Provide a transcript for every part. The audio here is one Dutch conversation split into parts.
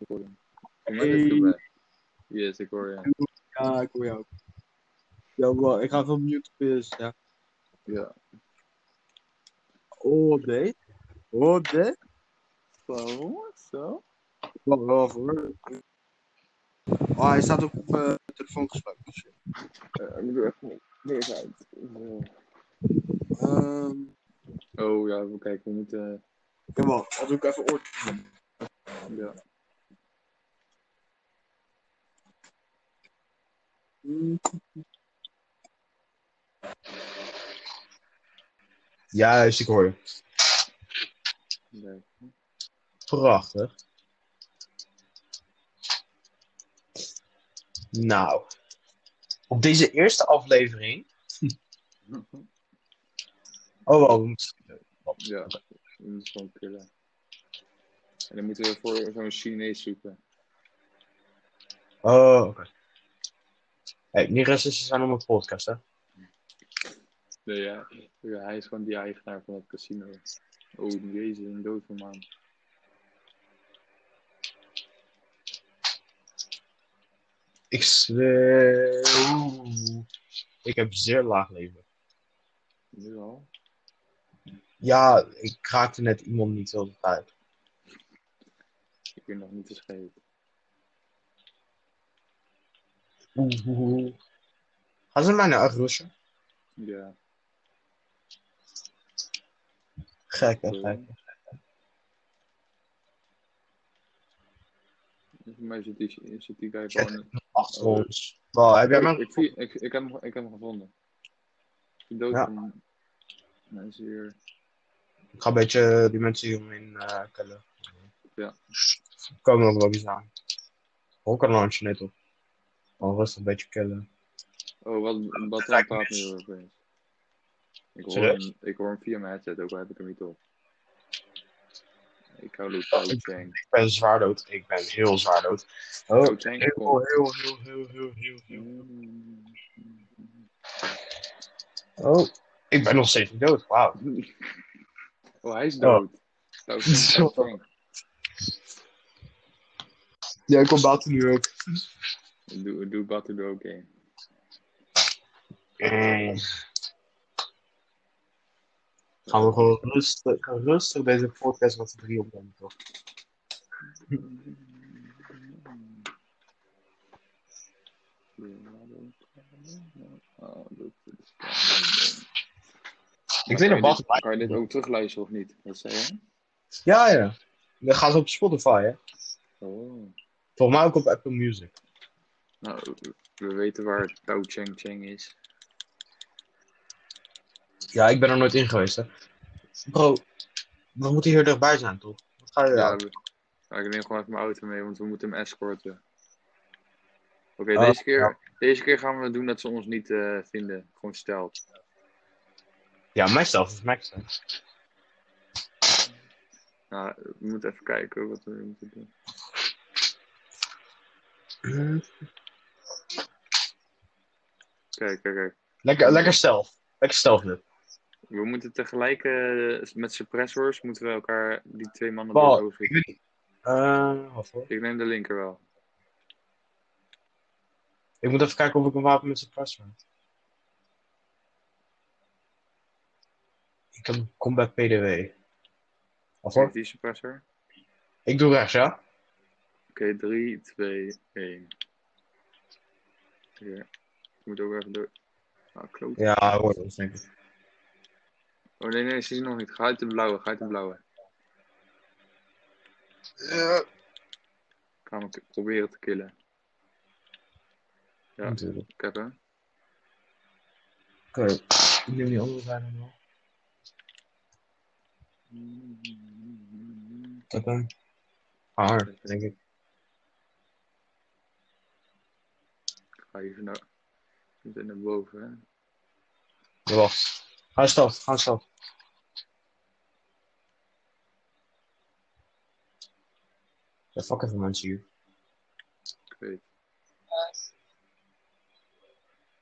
recording. Mine is Hey. too bad. Yeah, it's a Korean. Ja, ik hoor jou. Ja, wacht, ik ga even mute pissen. Ja. Ja. Oh, dit. Oh, dit. Zo, zo. Wacht, wacht, hoor. Oh, hij staat ook op eh, telefoon gesproken. Shit. Eh, Ik doe even niks uit. Zo. Ehm, Oh ja, we kijken, we moeten. ja, wacht. Dan doe ik even oort. Ja. Ja, juist, ik hoor je. Nee. Prachtig. Nou, op deze eerste aflevering. Oh, wow, we moeten- Ja, we moeten gewoon killen. En dan moeten we voor zo'n Chinees zoeken. Oh, oké. Hey, niet racistisch zijn om een podcast, hè? Nee, ja. Ja, hij is gewoon die eigenaar van het casino. Oh, jezus, een dove man. Ik zweer. Oeh. Ik heb zeer laag leven. Nu al? Ja, ik raakte net iemand niet heel de tijd. Ik ben nog niet te scheef. Oeh, oeh, oeh. Gaan ze mij naar echt rushen? Ja. Gek, hè, oké. gek. Volgens mij zit die, zit die guy Gek. gewoon... Achter Oh. ons. Wow, heb jij Ik, mijn... ik, zie- ik, ik, heb, hem- ik heb hem gevonden. Die dove Ja. man. Hij is hier. Ik ga een beetje die mensen hier omheen eh kellen. Ja. Komen ook wel iets aan. Ook een launch net op. Al rustig een beetje kellen. Oh, wat, wat dan lijkt me praat mis. nu opeens? Ik hoor, Serieus? hem, ik hoor hem via mijn headset, ook al heb ik hem niet op. Ik hou Luke, hou ik- Chang. Ik ben zwaar dood. Ik ben heel zwaar dood. Oh, Hou Chang, heel, kom. heel, heel, heel, heel, heel, heel. Mm. Oh, ik ben nog steeds niet dood. Wauw. Oh, hij is dood. Hou Chang, Zo. hou Chang. Ja, ik kom buiten nu ook. Doe, doe Batu er ook een. Gaan we gewoon rustig, rustig deze podcast met z'n drie opnemen, toch? Oh, dat is- Maar Ik weet nog kan je wat. dit- Kan je dit ook terugluisteren of niet? Wat zei je? Ja, ja. Dat gaat op Spotify, hè? Oh. Volgens mij ook op Apple Music. Nou, we weten waar Tao Cheng Cheng is. Ja, ik ben er nooit in geweest, hè. Bro, we moeten hier dichtbij zijn, toch? Wat ga je Ja, ja. we- ja, ik neem gewoon even mijn auto mee, want we moeten hem escorten. Oké, Ah, deze, keer, ja. deze keer gaan we doen dat ze ons niet eh, vinden. Gewoon stel. ja, mijzelf is mijzelf. Nou, we moeten even kijken wat we moeten doen. Kijk, kijk, kijk. Lekker, lekker stealth. Lekker stealth nu. We moeten tegelijk eh, met suppressors moeten we elkaar die twee mannen Paul, dood Ik overschieten. weet niet. Eh, wacht hoor. Ik neem de linker wel. Ik moet even kijken of ik een wapen met suppressor heb. Ik heb een combat PDW. Wacht hoor. Kijk, die suppressor. Ik doe rechts, ja? Oké, 3, 2, 1. Hier. Ik moet ook even door. Ah, kloot. Ja, hoor, dat denk ik. Oh nee, nee, ze is nog niet. Ga uit de blauwe, ga uit de blauwe. Ik ga hem k- proberen te killen. Ja, natuurlijk. ik heb hem. Oké, ik neem die andere zijde nog. Ik heb hem. Haar, denk ik. Ik ga even naar, even naar boven. Hè. Ja, Wacht. Ga stealth, ga stealth. Ja, fuck even mensen hier. Ik weet.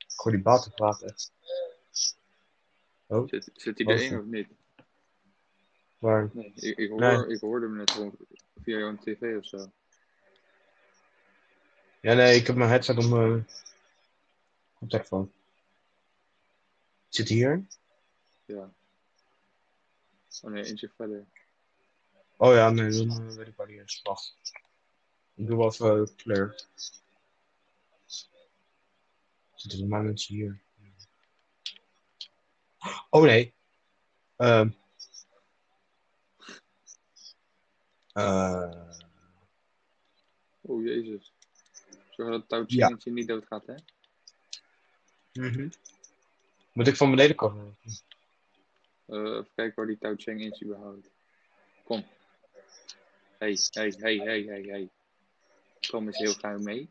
Ik hoor die baten praten echt. Zit, zit hij Was erin het? of niet? Maar Nee, ik, ik, hoor, Nee. ik hoorde hem net gewoon via jouw tv of zo. Ja, nee, ik heb mijn headset op mijn op telefoon. Zit die hier? Ja. Oh nee, eentje verder. Oh ja, nee, dan eh, weet ik waar die is. Wacht. Ik doe wel even kleur. Zit er normaal mensen hier? Oh nee. Ehm. Eh, Oh jezus. Zorg dat het touwtje Ja. eentje niet doodgaat, hè? Moet ik van beneden komen? Eh, even kijken waar die Tao Cheng is überhaupt. Kom. Hey, hey, hey, hey, hey, hey. Kom eens heel gauw mee.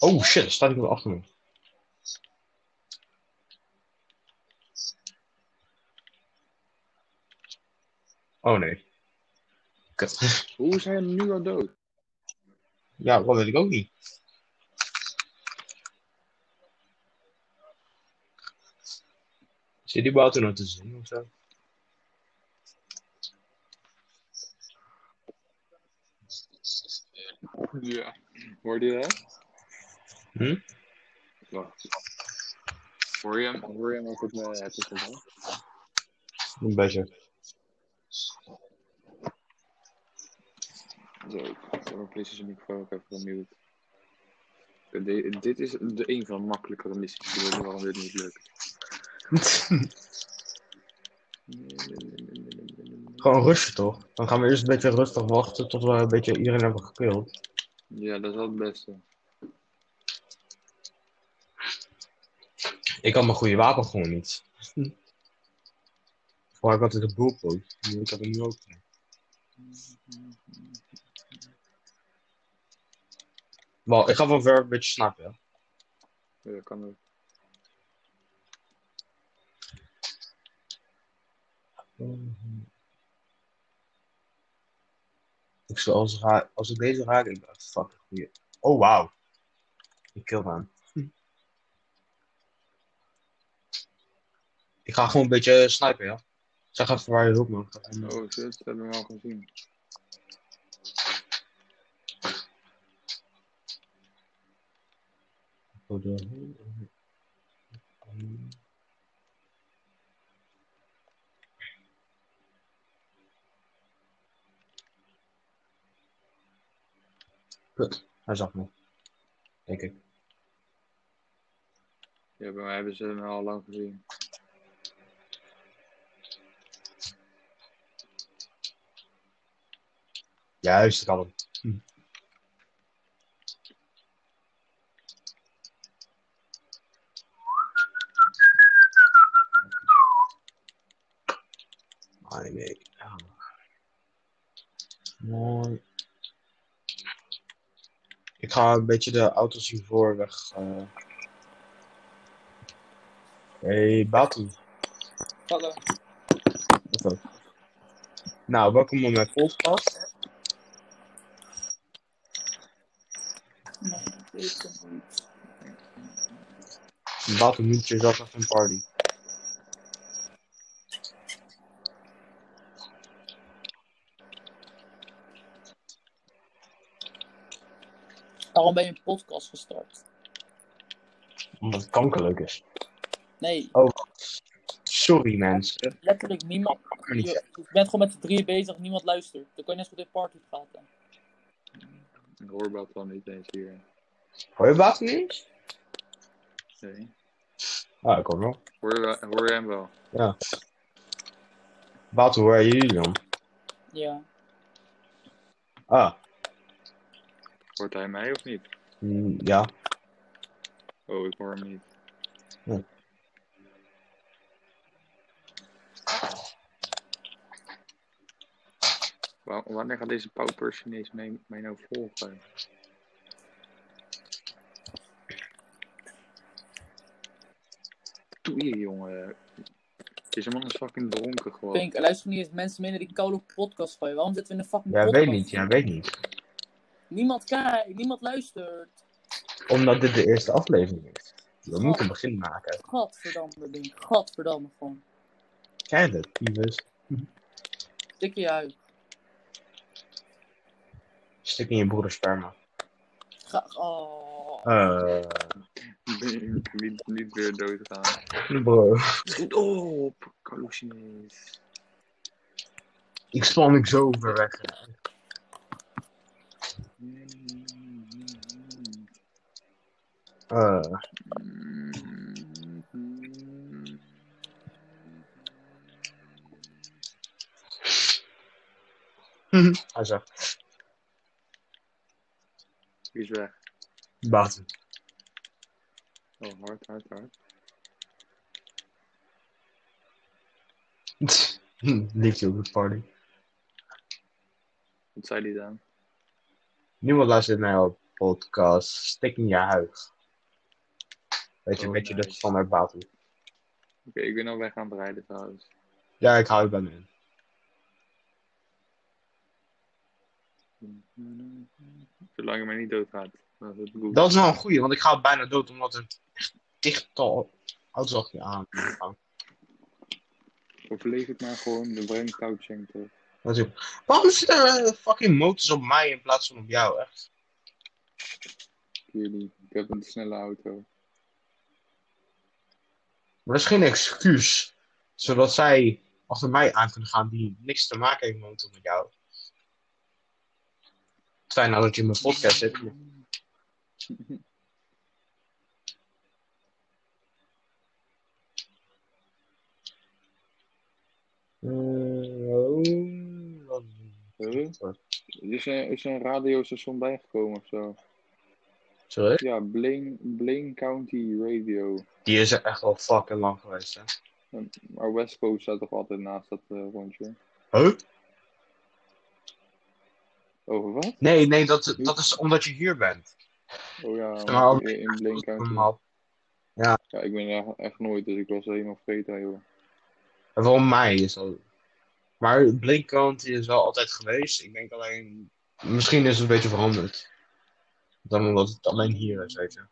Oh shit, er staat iemand achter me. Oh nee. Kut. Hoe is hij nu al dood? Ja, dat weet ik ook niet. Zit die buiten nou te zien of zo? Ja. Hoorde je dat? Hm? Wacht. Hoor je hem? Hoor je hem als ik eh, het is gedaan? Een beetje. Zo, ik zal mijn PlayStation microfoon ook even mute. De- dit is de een van de makkelijkere missies. Ik weet niet waarom dit niet lukt. Gewoon rustig toch? Dan gaan we eerst een beetje rustig wachten tot we een beetje iedereen hebben gekillt. Ja, dat is wel het beste. Ik had mijn goede wapen gewoon niet. Voor Oh, ik altijd een boelpoot. Nu Ik heb hem nu ook. Wel, ik ga van ver een beetje snappen. hè. Ja, dat kan ook. Ik zou als, ra- als ik deze raak, ik dacht, fuck, goeie. Oh, wauw. Ik kill hem. Ik ga gewoon een beetje snipen, ja. Zeg even waar je hulp man. gaat. Oh shit, dat hebben we al gezien. Kut, hij zag me. Denk ik. Ja, bij mij hebben ze hem al lang gezien. Juist, ik had hem. Ah, nee. Ja. Mooi. Ik ga een beetje de auto's hiervoor weg. eh. Hey, Batu. Hallo. Wat ook. Nou, welkom op mijn podcast. Batu noemt jezelf even een party. Waarom ben je een podcast gestart? Omdat het kankerleuk is. Nee, Sorry mensen. letterlijk niemand. Ik kan Je, niet zeggen. je bent gewoon met z'n drieën bezig, niemand luistert. Dan kan je net zo goed in party praten. Ik hoor dat dan niet eens hier. Hoor je water niet? Nee. Ah, ik hoor wel. Hoor, je, wel- hoor je hem wel? Water, hoor je jullie dan? Ja. Ah, Hoort hij mij of niet? mm, ja. Oh, ik hoor hem niet. Wa- Wanneer gaat deze pauper Chinees mij, mij nou volgen? Doe je, jongen. Deze man is fucking dronken gewoon. Pink, er luisteren niet eens mensen mee naar die koude podcast van je. Waarom zitten we in een fucking Ja, podcast? weet niet. Ja, weet niet. Niemand kijkt, niemand luistert. Omdat dit de eerste aflevering is. We moeten een begin maken. Godverdamme ding. Godverdamme gewoon. Kijk het, tyfus. Stik in je huid. Stik in je broeder sperma. Ga, oh. Eh, niet, niet weer doodgaan. bro. Goed op, Kalushinis. Ik span ik zo ver weg. Eh, hij zegt, Wie is weg? buiten. Oh, hard, hard, hard. Liefde op de party. Wat zei die dan? Niemand luistert naar jouw podcast. Stik in je huid. Weet je, Oh, weet je dat nice. van naar buiten. Oké, ik ben al weg aan het rijden trouwens. Ja, ik hou bij in. Zolang je maar niet doodgaat. Dat is het goed. Dat is wel een goeie, want ik ga bijna dood omdat er echt dichttal auto's achter je aan gaan. Overleef het maar gewoon, dan breng ik Kaucheng terug. Natuurlijk. Waarom zitten er eh, fucking motors op mij in plaats van op jou, echt? Jullie, ik heb een snelle auto. Maar dat is geen excuus. Zodat zij achter mij aan kunnen gaan die niks te maken heeft momenteel met jou. Fijn nou dat je in mijn podcast zit. Huh? Is er is er een radiostation bijgekomen of zo? Sorry? Ja, Blaine, Blaine County Radio. Die is er echt al fucking lang geweest, hè? Maar West Coast staat toch altijd naast dat eh, rondje? Huh? Over wat? Nee, nee, dat, dat is omdat je hier bent. Oh ja, Maar ook- in Blaine County. Normaal. Ja, ik ben er echt nooit, dus ik was helemaal vergeten, joh. En Waarom mij is dat. Maar Blink County is wel altijd geweest. Ik denk alleen. Misschien is het een beetje veranderd. Dan omdat het alleen hier is, weet je.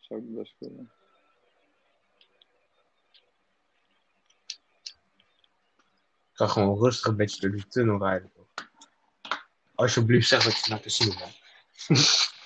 Zou ik best kunnen. Ik ga gewoon rustig een beetje door die tunnel rijden. Alsjeblieft, zeg dat je naar de bent.